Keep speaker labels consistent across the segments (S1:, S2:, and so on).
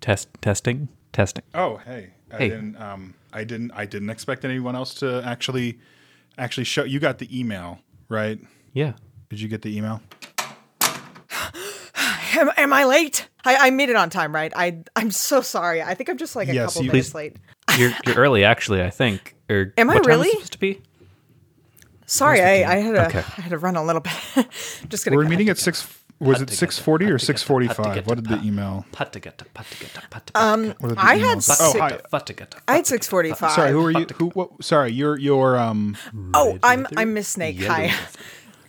S1: Test testing testing.
S2: Oh, hey. I
S1: Hey.
S2: didn't um I didn't I didn't expect anyone else to actually actually show you got the email, right?
S1: Yeah.
S2: Did you get the email?
S3: Am, am I late? I, I made it on time, right? I I'm so sorry. I think I'm just like a
S2: Yes,
S3: couple
S2: you-
S3: minutes
S1: Please-
S3: late.
S1: You're you're early actually. I think. Or
S3: Am I
S1: what time
S3: really?
S1: It's supposed to be.
S3: Sorry, I, I had a I
S1: Okay.
S3: had to run a little bit. just gonna.
S2: We're
S3: cut.
S2: meeting at six was it six forty or six forty five?
S1: Hattigata,
S2: What did the email
S1: Patagata, patagata, patagata.
S2: what did the
S3: I had
S2: email say?
S3: six-
S2: Oh hi
S3: Um, I had six forty five.
S2: sorry, who are you who what sorry, you're you're um
S3: Oh, I'm I'm Miss Snake. Hi.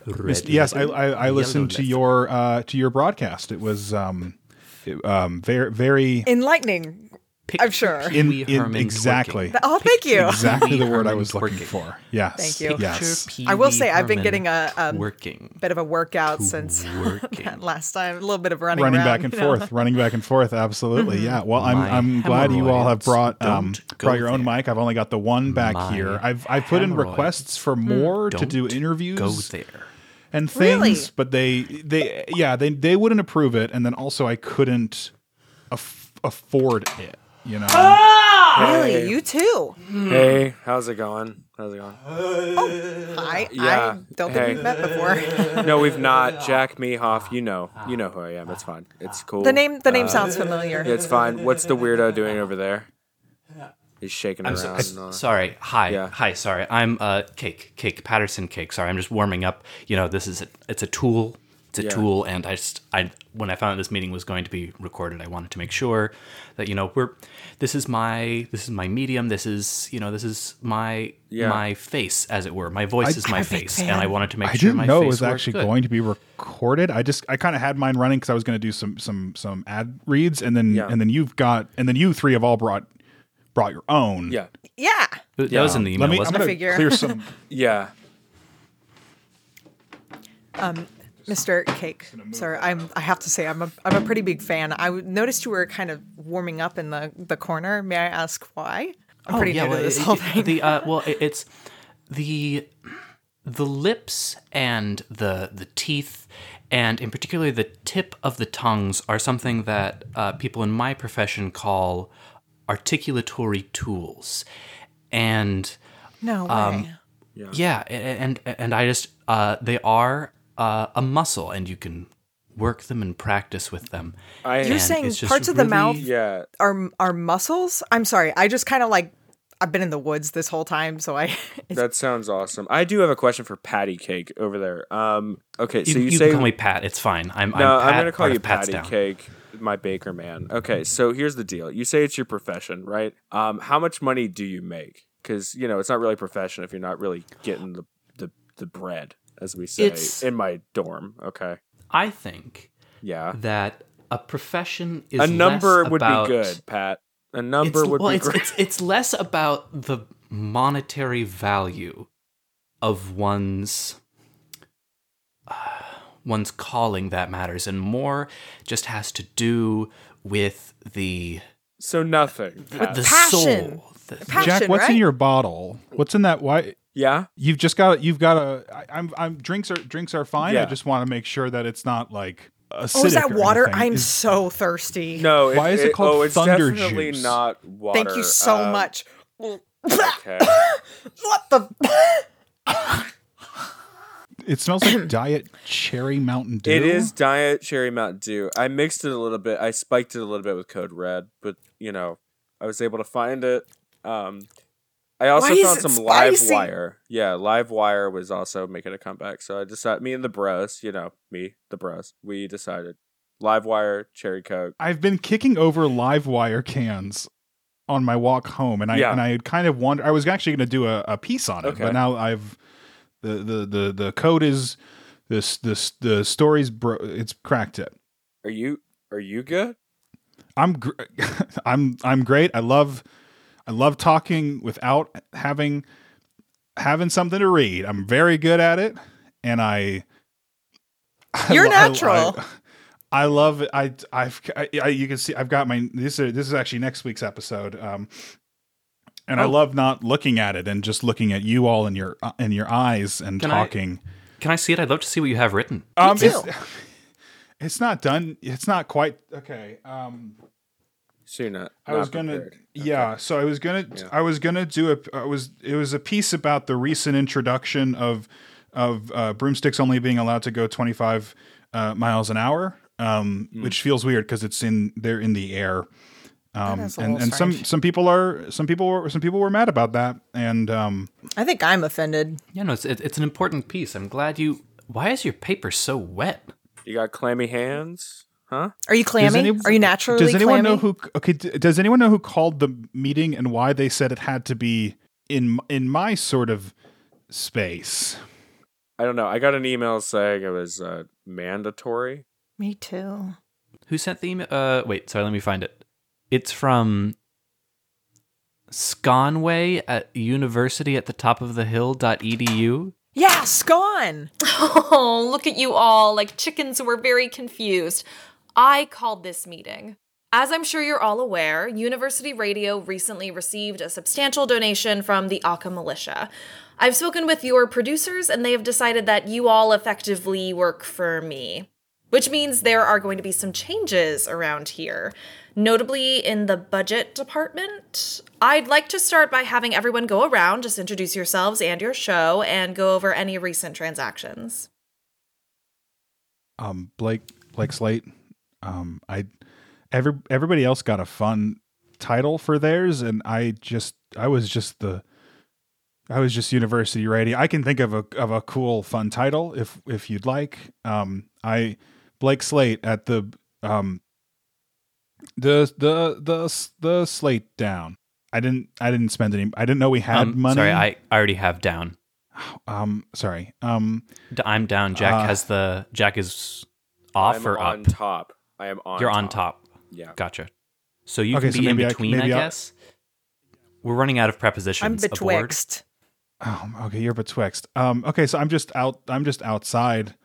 S1: Red
S2: yes, I I, I listened to your uh to your broadcast. It was um it- um very very
S3: Enlightening. I'm sure.
S2: in, in exactly
S3: Oh, thank you.
S2: exactly the
S1: Pee-wee
S2: word I
S1: Herman
S2: was looking
S1: twerking.
S2: for. Yes.
S3: Thank you.
S2: Yes.
S3: I will say I've been getting a, um,
S1: working.
S3: Bit of a workout since
S1: Working.
S3: that last time. A little bit of running
S2: running
S3: around,
S2: back and
S3: you know.
S2: forth, running back and forth. Absolutely, yeah. Well, I'm
S1: Mm-hmm. My
S2: I'm glad you all have
S1: hemorrhoids
S2: brought um
S1: don't go
S2: brought your own
S1: there.
S2: mic. I've only got the one back
S1: My
S2: here. I've I've put in
S1: hemorrhoids Hmm.
S2: requests for more to do
S1: don't Go
S2: interviews
S1: there.
S2: and things,
S3: Really?
S2: but they they yeah they they wouldn't approve it, and then also I couldn't aff- afford it. You know,
S1: Ah!
S3: Really, you too.
S4: Hey, how's it going? How's it going?
S3: Hi. I
S4: Yeah.
S3: don't think
S4: Hey.
S3: we've met before.
S4: No, we've not. Jack Mehoff, you know, you know who I am. It's fine. It's cool.
S3: The name the name sounds familiar.
S4: Yeah, it's fine. What's the weirdo doing over there? He's shaking
S1: I'm
S4: around.
S1: so,
S4: and
S1: I-
S4: all.
S1: sorry. Hi.
S4: Yeah.
S1: Hi. Sorry. I'm uh, Cake. Cake Patterson. Cake. Sorry. I'm just warming up. You know, this is a, it's a tool. It's a
S4: Yeah.
S1: tool, and I just I when I found out this meeting was going to be recorded, I wanted to make sure that you know we're this is my this is my medium. This is you know this is my
S4: Yeah.
S1: my face, as it were. My voice is my
S3: a big
S1: face, and I
S3: fan.
S1: wanted to make
S2: I
S1: sure
S2: didn't
S1: my
S2: know
S1: face
S2: it was
S1: worked
S2: actually
S1: good.
S2: going to be recorded. I just I kind of had mine running because I was going to do some some some ad reads, and then
S4: Yeah.
S2: and then you've got and then you three have all brought brought your own.
S4: Yeah.
S3: Yeah.
S1: That was in the email,
S2: Let me. I'm
S1: wasn't
S2: going
S1: it?
S2: to
S3: Figure.
S2: clear some.
S4: Yeah.
S3: Mr. Cake, sir, I'm. I have to say, I'm a. I'm a pretty big fan. I w- noticed you were kind of warming up in the the corner. May I ask why? I'm pretty new to this
S1: Oh, it-
S3: whole
S1: it-
S3: thing.
S1: The uh, well, it, it's the the lips and the the teeth, and in particular the tip of the tongues are something that uh, people in my profession call articulatory tools, and
S3: no way.
S1: um, yeah, a- a- and and I just uh, they are uh, a muscle, and you can work them and practice with them.
S4: I
S3: You're
S1: and
S3: saying
S1: it's just
S3: parts of the
S1: really-
S3: mouth
S4: yeah.
S3: are are muscles? I'm sorry. I just kind of like. I've been in the woods this whole time, so I. it's-
S4: That sounds awesome. I do have a question for Patty Cake over there. Um okay, so
S1: You,
S4: you,
S1: you
S4: say
S1: can call me Pat. It's fine. I'm
S4: No,
S1: I'm, Pat,
S4: I'm gonna
S1: part
S4: call you
S1: of Pat's
S4: Patty
S1: down.
S4: Cake, my baker man. Okay, so here's the deal. You say it's your profession, right? Um, how much money do you make? Because you know it's not really a profession if you're not really getting the the, the bread, as we say
S1: It's-
S4: in my dorm. Okay,
S1: I think
S4: yeah,
S1: that a profession is
S4: a number
S1: less
S4: would
S1: about-
S4: be good, Pat. A
S1: It's,
S4: number would
S1: well,
S4: be
S1: it's,
S4: great.
S1: it's it's less about the monetary value of one's uh, one's calling that matters, and more just has to do with the
S4: so nothing. Pat.
S1: the
S3: Passion.
S1: soul. The-
S3: Passion,
S2: Jack, what's in
S3: right?
S2: your bottle? What's in that? Why
S4: yeah,
S2: you've just got you've got a. I, I'm I'm drinks are drinks are fine. I
S4: Yeah.
S2: just want to make sure that it's not like acidic.
S3: Oh, is that
S2: or
S3: water?
S2: anything.
S3: I'm
S2: Is-
S3: so thirsty.
S4: no.
S2: Why is it called
S4: oh, it's
S2: Thunder
S4: definitely
S2: Juice?
S4: not water.
S3: Thank you so
S2: uh,
S4: um,
S3: much. what
S4: Okay.
S3: the?
S2: It smells like diet cherry Mountain Dew.
S4: It is Diet Cherry Mountain Dew. I mixed it a little bit. I spiked it a little bit with Code Red, but you know, I was able to find it. Um, I also
S3: Why is
S4: found
S3: it
S4: some live
S3: spicy?
S4: wire. Yeah, live wire was also making a comeback. So I decided, me and the bros, you know, me the bros, we decided live wire cherry coke.
S2: I've been kicking over live wire cans on my walk home, and I
S4: Yeah.
S2: and I had kind of wondered. I was actually going to do a, a piece on it,
S4: Okay.
S2: but now I've the the the the code is this this the story's bro. It's cracked it.
S4: Are you are you good?
S2: I'm gr- I'm I'm great. I love I love talking without having having something to read. I'm very good at it, and I. I
S3: You're
S2: lo- I-
S3: natural.
S2: I, I love it. I I've I, I- you can see I've got my this is this is actually next week's episode. Um, and I
S1: Oh.
S2: love not looking at it and just looking at you all in your uh, in your eyes and
S1: Can I-
S2: talking.
S1: Can I see it? I'd love to see what you have written.
S3: Uh,
S2: Um,
S3: too.
S2: It's, it's not done. It's not quite okay. Um,
S4: So you're not.
S2: I was
S4: not
S2: gonna
S4: prepared.
S2: yeah. So I was gonna I was gonna do a I was it was a piece about the recent introduction of of uh, broomsticks only being allowed to go 25 uh, miles an hour, um,
S4: Hmm.
S2: which feels weird because it's in they're in the air. Um,
S3: is a
S2: and
S3: little
S2: and some
S3: strange.
S2: some people are some people were some people were mad about that and um,
S3: I think I'm offended.
S1: Yeah, no, it's it, it's an important piece. I'm glad you. Why is your paper so wet?
S4: You got clammy hands, huh?
S3: Are you
S2: does
S3: clammy?
S2: any-
S3: Are you naturally
S2: does anyone
S3: clammy?
S2: know who okay d- does anyone know who called the meeting and why they said it had to be in in my sort of space
S4: I don't know. I got an email saying it was uh, mandatory.
S3: Me too.
S1: Who sent the email? Uh, wait, sorry, let me find it. It's from Sconway at university at the top of the hill dot E edu.
S3: Yeah, scone.
S5: Oh, look at you all, like chickens who were very confused. I called this meeting. As I'm sure you're all aware, University Radio recently received a substantial donation from the Aka militia. I've spoken with your producers, and they have decided that you all effectively work for me. Which means there are going to be some changes around here, notably in the budget department. I'd like to start by having everyone go around, just introduce yourselves and your show, and go over any recent transactions.
S2: um Blake Blake Slate. Um I every everybody else got a fun title for theirs and I just I was just the I was just university ready. I can think of a of a cool fun title if if you'd like. Um I Blake Slate at the um the the the the slate down. I didn't I didn't spend any I didn't know we had
S1: Um,
S2: money.
S1: Sorry, I I already have down.
S2: um sorry. Um
S1: D- I'm down. Jack
S2: Uh,
S1: has the Jack is off
S4: I'm
S1: or
S4: on
S1: up.
S4: top. I am on.
S1: You're on top.
S4: Yeah.
S1: Gotcha. So you
S2: Okay,
S1: can
S2: so
S1: be in
S2: maybe I-
S1: between, I,
S2: maybe I-
S1: guess. We're running out of prepositions.
S3: I'm
S1: aboard.
S3: betwixt.
S2: Oh, okay. You're betwixt. Um, okay, so I'm just out. I'm just outside.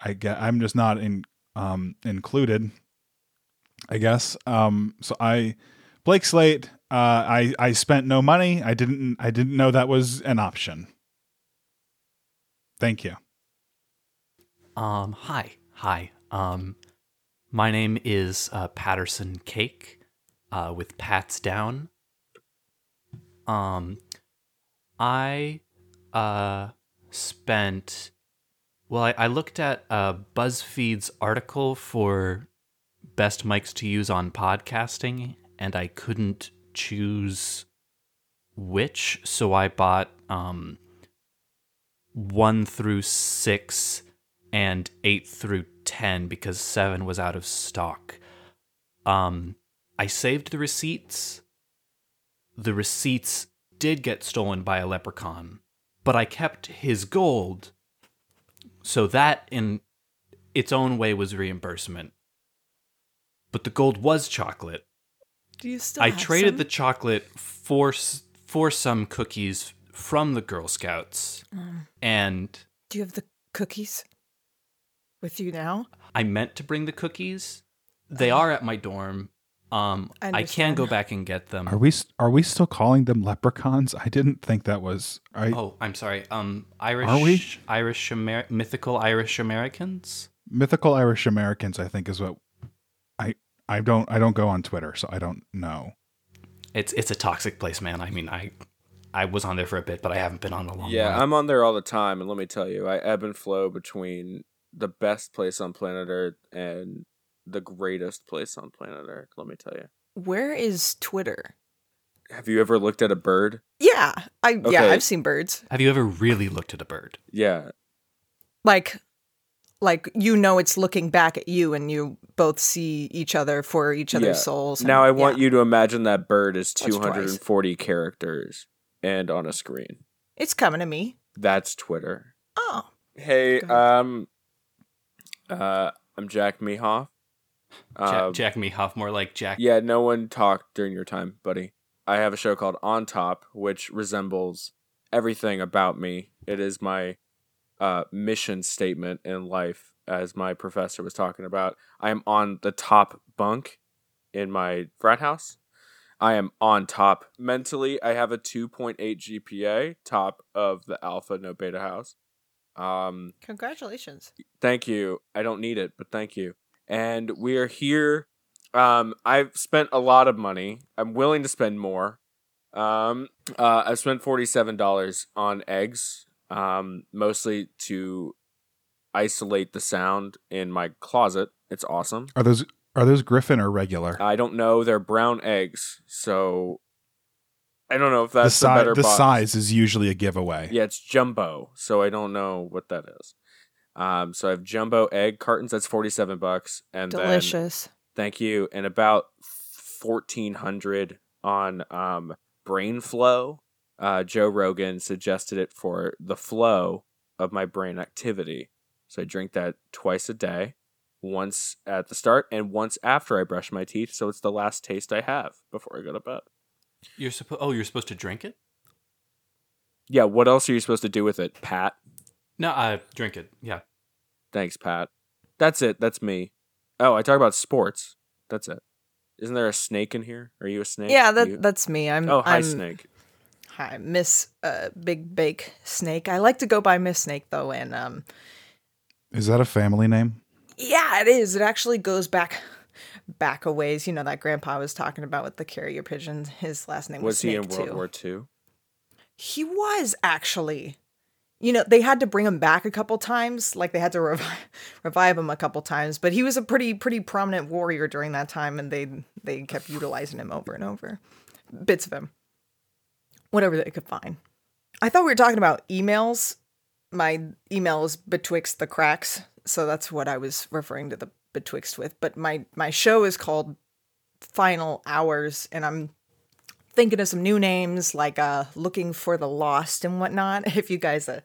S2: I guess I'm just not in um included. I guess. Um, so I, Blake Slate. Uh, I I spent no money. I didn't. I didn't know that was an option. Thank you.
S1: Um, hi, hi. Um, my name is uh, Patterson Cake, uh, with Pats down. Um, I uh spent. Well, I, I looked at uh, BuzzFeed's article for best mics to use on podcasting, and I couldn't choose which, so I bought um one through six and 8 through 10 because 7 was out of stock. Um I saved the receipts. The receipts did get stolen by a leprechaun, but I kept his gold. So that in its own way was reimbursement. But the gold was chocolate.
S3: Do you still?
S1: I
S3: have
S1: traded
S3: some?
S1: the chocolate for s- for some cookies from the Girl Scouts
S3: Mm.
S1: and
S3: Do you have the cookies with you now?
S1: I meant to bring the cookies. They are at my dorm. Um,
S3: Oh. I
S1: I, can
S3: understand.
S1: go back and get them.
S2: Are we s- are we still calling them leprechauns? I didn't think that was. I
S1: Oh, I'm sorry. Um, Irish,
S2: Are we?
S1: Irish, Amer- mythical Irish Americans.
S2: mythical Irish Americans. I think is what. I I don't I don't go on Twitter, so I don't know.
S1: It's it's a toxic place, man. I mean, I I was on there for a bit, but I haven't been on a long.
S4: Yeah,
S1: while.
S4: I'm on there all the time, and let me tell you, I ebb and flow between the best place on planet Earth and the greatest place on planet Earth. Let me tell you.
S3: Where is Twitter?
S4: Have you ever looked at a bird?
S3: Yeah, I yeah
S4: Okay.
S3: I've seen birds.
S1: Have you ever really looked at a bird?
S4: Yeah,
S3: Like, like you know, it's looking back at you, and you both see each other for each other's
S4: Yeah.
S3: souls.
S4: Now I want you to imagine that bird is
S3: That's twice.
S4: 240 characters and on a screen.
S3: It's coming to me.
S4: That's Twitter.
S3: Oh,
S4: Hey,
S3: Go ahead.
S4: um, uh, I'm Jack Mehoff.
S1: Jack,
S4: Uh,
S1: Jack Mehoff, more like Jack.
S4: Yeah, no one talked during your time, buddy. I have a show called On Top, which resembles everything about me. It is my uh, mission statement in life, as my professor was talking about. I am on the top bunk in my frat house. I am on top. Mentally, I have a 2.8 GPA, top of the alpha, no beta house. Um,
S3: congratulations!
S4: Thank you. I don't need it, but thank you. And we are here Um, I've spent a lot of money. I'm willing to spend more. Um, uh, I've spent forty-seven dollars on eggs, um, mostly to isolate the sound in my closet. It's awesome.
S2: Are those are those Griffin or regular?
S4: I don't know. They're brown eggs, so I don't know if that's
S2: the,
S4: the,
S2: si-
S4: better
S2: the
S4: box.
S2: size is usually a giveaway.
S4: Yeah, it's jumbo, so I don't know what that is. Um, so I have jumbo egg cartons. That's forty-seven bucks, and Then,
S3: Delicious.
S4: thank you, and about fourteen hundred on um, brain flow. Uh, Joe Rogan suggested it for the flow of my brain activity. So I drink that twice a day, once at the start and once after I brush my teeth. So it's the last taste I have before I go to bed.
S1: You're supposed. Oh, you're supposed to drink it.
S4: Yeah, what else are you supposed to do with it, Pat?
S1: No, I drink it. Yeah.
S4: Thanks, Pat. That's it. That's me. Oh, I talk about sports. That's it. Isn't there a snake in here? Are you a snake?
S3: Yeah, that
S4: You-
S3: that's me. I'm
S4: Oh, hi,
S3: I'm,
S4: snake.
S3: Hi, Miss uh, Big Bake Snake. I like to go by Miss Snake though, and um,
S2: Is that a family name?
S3: yeah, it is. It actually goes back back a ways. You know that Grandpa was talking about with the carrier pigeons. His last name was,
S4: Was he in
S3: Snake,
S4: World
S3: too.
S4: War Two?
S3: He was actually. You know, they had to bring him back a couple times, like they had to revive, revive him a couple times, but he was a pretty pretty prominent warrior during that time and they they kept utilizing him over and over. Bits of him. Whatever they could find. I thought we were talking about emails. My email is betwixt the cracks, so that's what I was referring to the betwixt with, but my my show is called Final Hours and I'm thinking of some new names like uh looking for the lost and whatnot if you guys uh,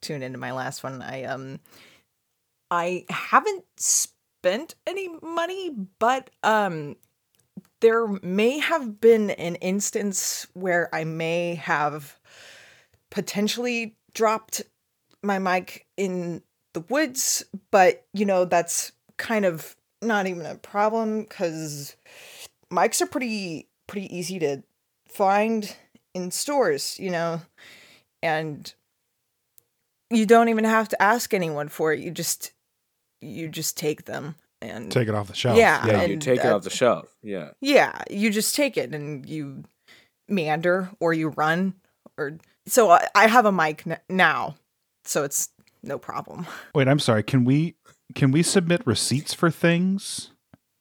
S3: tune into my last one i um i haven't spent any money but um there may have been an instance where i may have potentially dropped my mic in the woods but you know that's kind of not even a problem because mics are pretty pretty easy to find in stores, you know, and you don't even have to ask anyone for it. You just you just take them and
S2: Take it off the shelf.
S3: Yeah,
S4: Mm. Yeah, you
S3: and
S4: take it off
S3: that's-
S4: the shelf. Yeah.
S3: yeah, you just take it and you meander or you run or so I, I have a mic n- now, so it's no problem.
S2: Wait, I'm sorry. Can we can we submit receipts for things?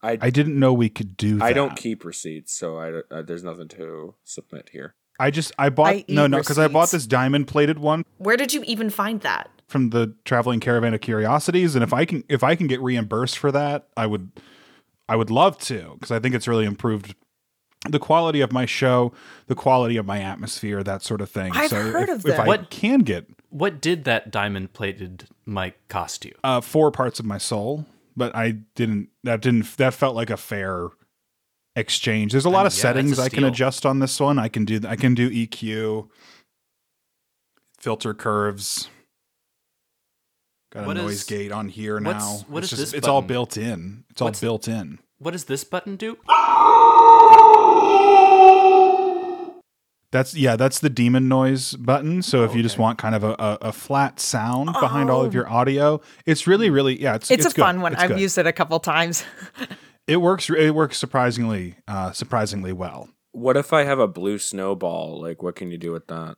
S4: I
S2: I
S4: I,
S2: didn't know we could do that.
S4: don't keep receipts, so I don't- uh, there's nothing to submit here.
S2: I just I bought
S3: I
S2: no
S3: eat
S2: no because I bought
S3: receipts.
S2: this diamond plated one
S5: Where did you even find that?
S2: from the traveling caravan of curiosities, and if I can if I can get reimbursed for that, I would I would love to because I think it's really improved the quality of my show, the quality of my atmosphere, that sort of thing.
S3: I've
S2: so
S3: heard
S2: if,
S3: of
S2: if
S3: that.
S2: I
S1: What-
S2: can get
S1: What did that diamond plated mic cost you?
S2: uh, four parts of my soul, but I didn't. That didn't. That felt like a fair exchange. There's a lot
S1: mean,
S2: of
S1: yeah,
S2: settings
S1: that's a
S2: I can
S1: steal.
S2: adjust on this one. I can do. I can do EQ, filter curves. Got a
S1: What
S2: noise
S1: is-
S2: gate on here
S1: what's-
S2: now.
S1: what
S2: it's
S1: is this
S2: It's all
S1: button?
S2: built in. It's all
S1: What's-
S2: built in.
S1: What does this button do?
S2: That's yeah. That's the demon noise button. So if you just want kind of a, a, a flat sound behind
S1: Oh.
S2: all of your audio, it's really really yeah. It's
S3: It's, a
S2: good.
S3: fun one.
S2: It's
S3: I've
S2: good.
S3: used it a couple times.
S2: it works. It works surprisingly uh, surprisingly well.
S4: What if I have a blue snowball? Like, what can you do with that?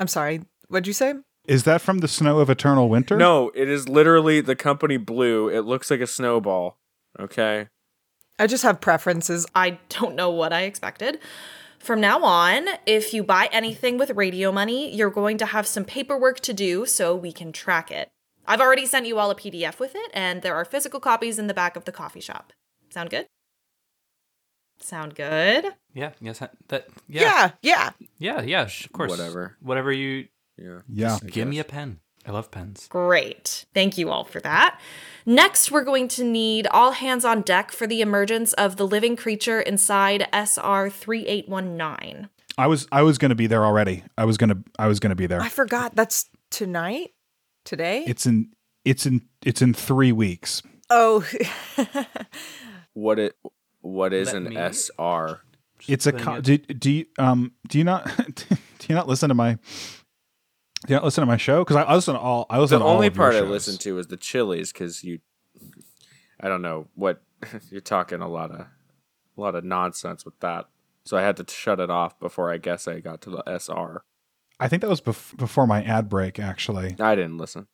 S3: I'm sorry. What'd you say?
S2: Is that from the snow of eternal winter?
S4: No, it is literally the company blue. It looks like a snowball. Okay.
S3: I just have preferences.
S5: I don't know what I expected. From now on, if you buy anything with radio money, you're going to have some paperwork to do so we can track it. I've already sent you all a PDF with it, and there are physical copies in the back of the coffee shop. Sound good? Sound good?
S1: Yeah. Yes. I- That. Yeah.
S3: Yeah, yeah.
S1: Yeah. Yeah. sh- Of course.
S4: Whatever.
S1: Whatever you.
S4: Yeah.
S2: Yeah.
S1: Oh, Give me a pen. I love pens.
S5: Great. Thank you all for that. Next, we're going to need all hands on deck for the emergence of the living creature inside SR 3819.
S2: I was I was gonna be there already. I was gonna I was gonna be there.
S3: I forgot. That's tonight? Today?
S2: It's in it's in it's in three weeks.
S3: oh,
S4: What it? What is
S1: Let
S4: an
S1: me-
S4: SR?
S2: it's a
S1: putting
S2: co-
S1: it-
S2: do, do you um do you not do you not listen to my do you not listen to my show because I, I listen to all I listen
S4: The
S2: to all
S4: only
S2: of your
S4: part I
S2: shows.
S4: listened to was the Chili's because you. I don't know what you're talking a lot of a lot of nonsense with that. So I had to shut it off before I guess I got to the SR.
S2: I think that was bef- before my ad break, actually.
S4: I didn't listen.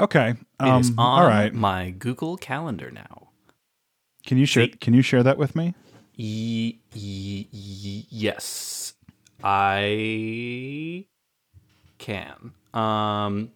S2: Okay.
S1: It
S2: Um,
S1: is on
S2: all right.
S1: my Google Calendar now.
S2: Can you share? Can you share that with me?
S1: Y- y- y- yes, I can. Um,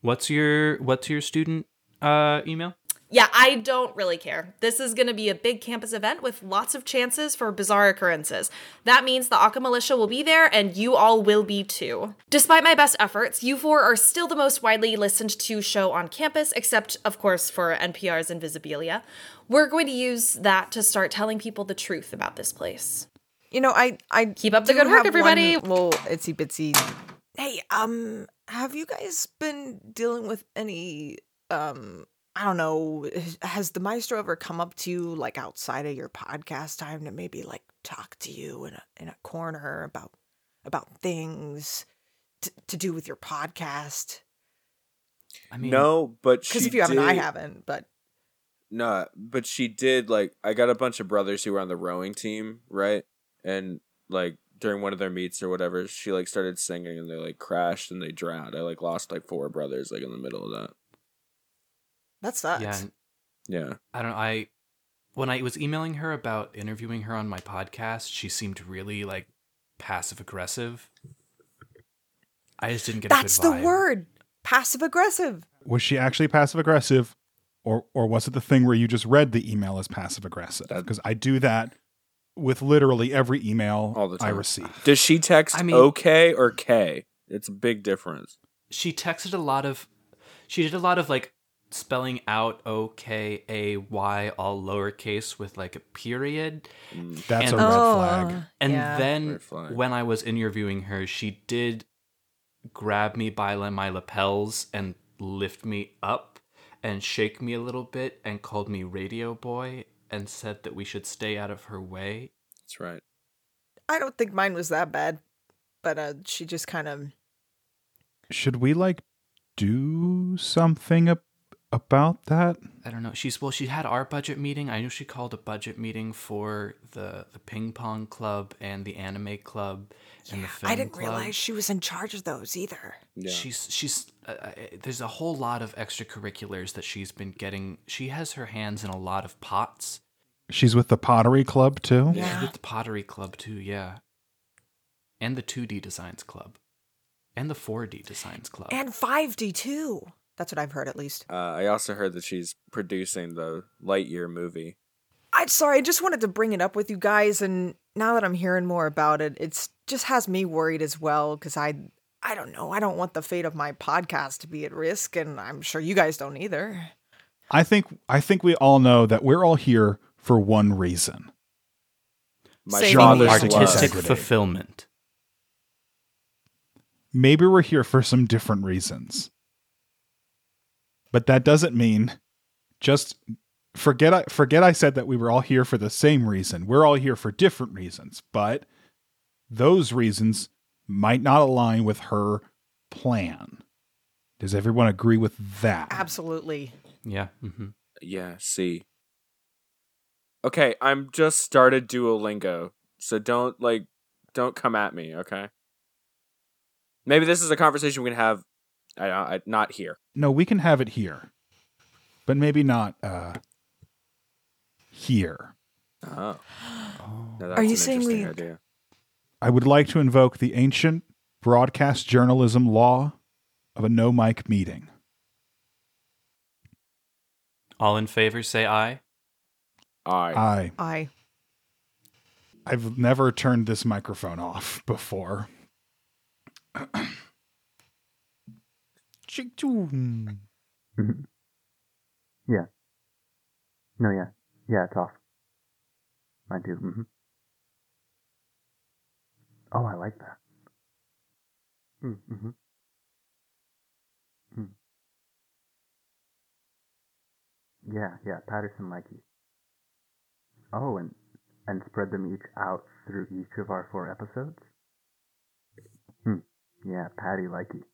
S1: what's your what's your student uh, email?
S5: Yeah, I don't really care. This is going to be a big campus event with lots of chances for bizarre occurrences. That means the Akka militia will be there, and you all will be too. Despite my best efforts, you four are still the most widely listened to show on campus, except, of course, for NPR's Invisibilia. We're going to use that to start telling people the truth about this place.
S3: You know, I I
S5: Keep up the
S3: do
S5: good work,
S3: have
S5: everybody.
S3: One little itsy bitsy. Hey, um, have you guys been dealing with any um? I don't know. has- Has the maestro ever come up to you like outside of your podcast time to maybe like talk to you in a in a corner about about things t- to do with your podcast?
S1: I mean,
S4: no, but
S3: Because
S4: she
S3: if you haven't, I
S4: did-
S3: haven't. But
S4: No, but she did like I got a bunch of brothers who were on the rowing team, right? And like during one of their meets or whatever, she like started singing and they like crashed and they drowned. I like lost like four brothers like in the middle of that.
S3: that sucks.
S1: Yeah,
S4: Yeah.
S1: I don't know. I when I was emailing her about interviewing her on my podcast, she seemed really like passive aggressive. I just didn't get.
S3: That's
S1: a
S3: the
S1: good vibe.
S3: word. Passive aggressive.
S2: Was she actually passive aggressive, or or was it the thing where you just read the email as passive aggressive?
S4: That-
S2: Because I do that with literally every email
S4: All the
S2: I
S4: time.
S2: receive.
S4: Does she text
S1: I mean-
S4: okay or K? It's a big difference.
S1: she texted a lot of she did a lot of like spelling out o k a y all lowercase with like a period
S4: Mm.
S2: That's
S1: And-
S2: a red
S3: Oh,
S2: flag.
S1: and
S3: Yeah.
S1: then
S4: Red flag.
S1: when i was interviewing her she did grab me by la- my lapels and lift me up and shake me a little bit and called me radio boy and said that we should stay out of her way
S4: That's right.
S3: I don't think mine was that bad, but uh, she just kind of
S2: Should we like do something ab- about that?
S1: I don't know. She's well. She had our budget meeting. I know she called a budget meeting for the the ping pong club and the anime club and the film
S3: I didn't
S1: club.
S3: realize she was in charge of those either.
S4: Yeah.
S1: She's she's uh, uh, there's a whole lot of extracurriculars that she's been getting. She has her hands in a lot of pots.
S2: She's with the pottery club too.
S1: She's
S3: Yeah.
S1: with the pottery club too. Yeah, and the 2D designs club, and the 4D designs club.
S3: And 5D too. That's what I've heard at least.
S4: uh, I also heard that she's producing the Lightyear movie.
S3: I'm sorry, I just wanted to bring it up with you guys and now that I'm hearing more about it, it's just has me worried as well cuz I I don't know. I don't want the fate of my podcast to be at risk and I'm sure you guys don't either.
S2: I think I think we all know that we're all here for one reason.
S4: My
S3: Saving
S4: father's
S3: the
S4: love.
S1: artistic
S2: Integrity.
S1: fulfillment.
S2: Maybe we're here for some different reasons. But that doesn't mean just forget I forget I said that we were all here for the same reason. We're all here for different reasons, but those reasons might not align with her plan. Does everyone agree with that?
S3: Absolutely.
S1: Yeah. hmm
S4: Yeah, see. Okay, I'm just started Duolingo, so don't like don't come at me, okay? Maybe this is a conversation we can have I, I not here.
S2: No, we can have it here. But maybe not uh here.
S4: Oh.
S1: Oh.
S4: No, that's
S3: you
S4: an
S3: saying
S4: interesting
S3: we-
S4: idea.
S2: I would like to invoke the ancient broadcast journalism law of a no mic meeting.
S1: All in favor, say aye.
S4: All right.
S2: I
S3: I
S2: I've never turned this microphone off before. Chick-tune.
S6: Yeah. No, yeah. Yeah, it's off. I do. hmm Oh, I like that. Mm-hmm. Mm. Yeah, yeah, Patterson like you. Oh, and and spread them each out through each of our four episodes? Hmm. Yeah, Patty like you.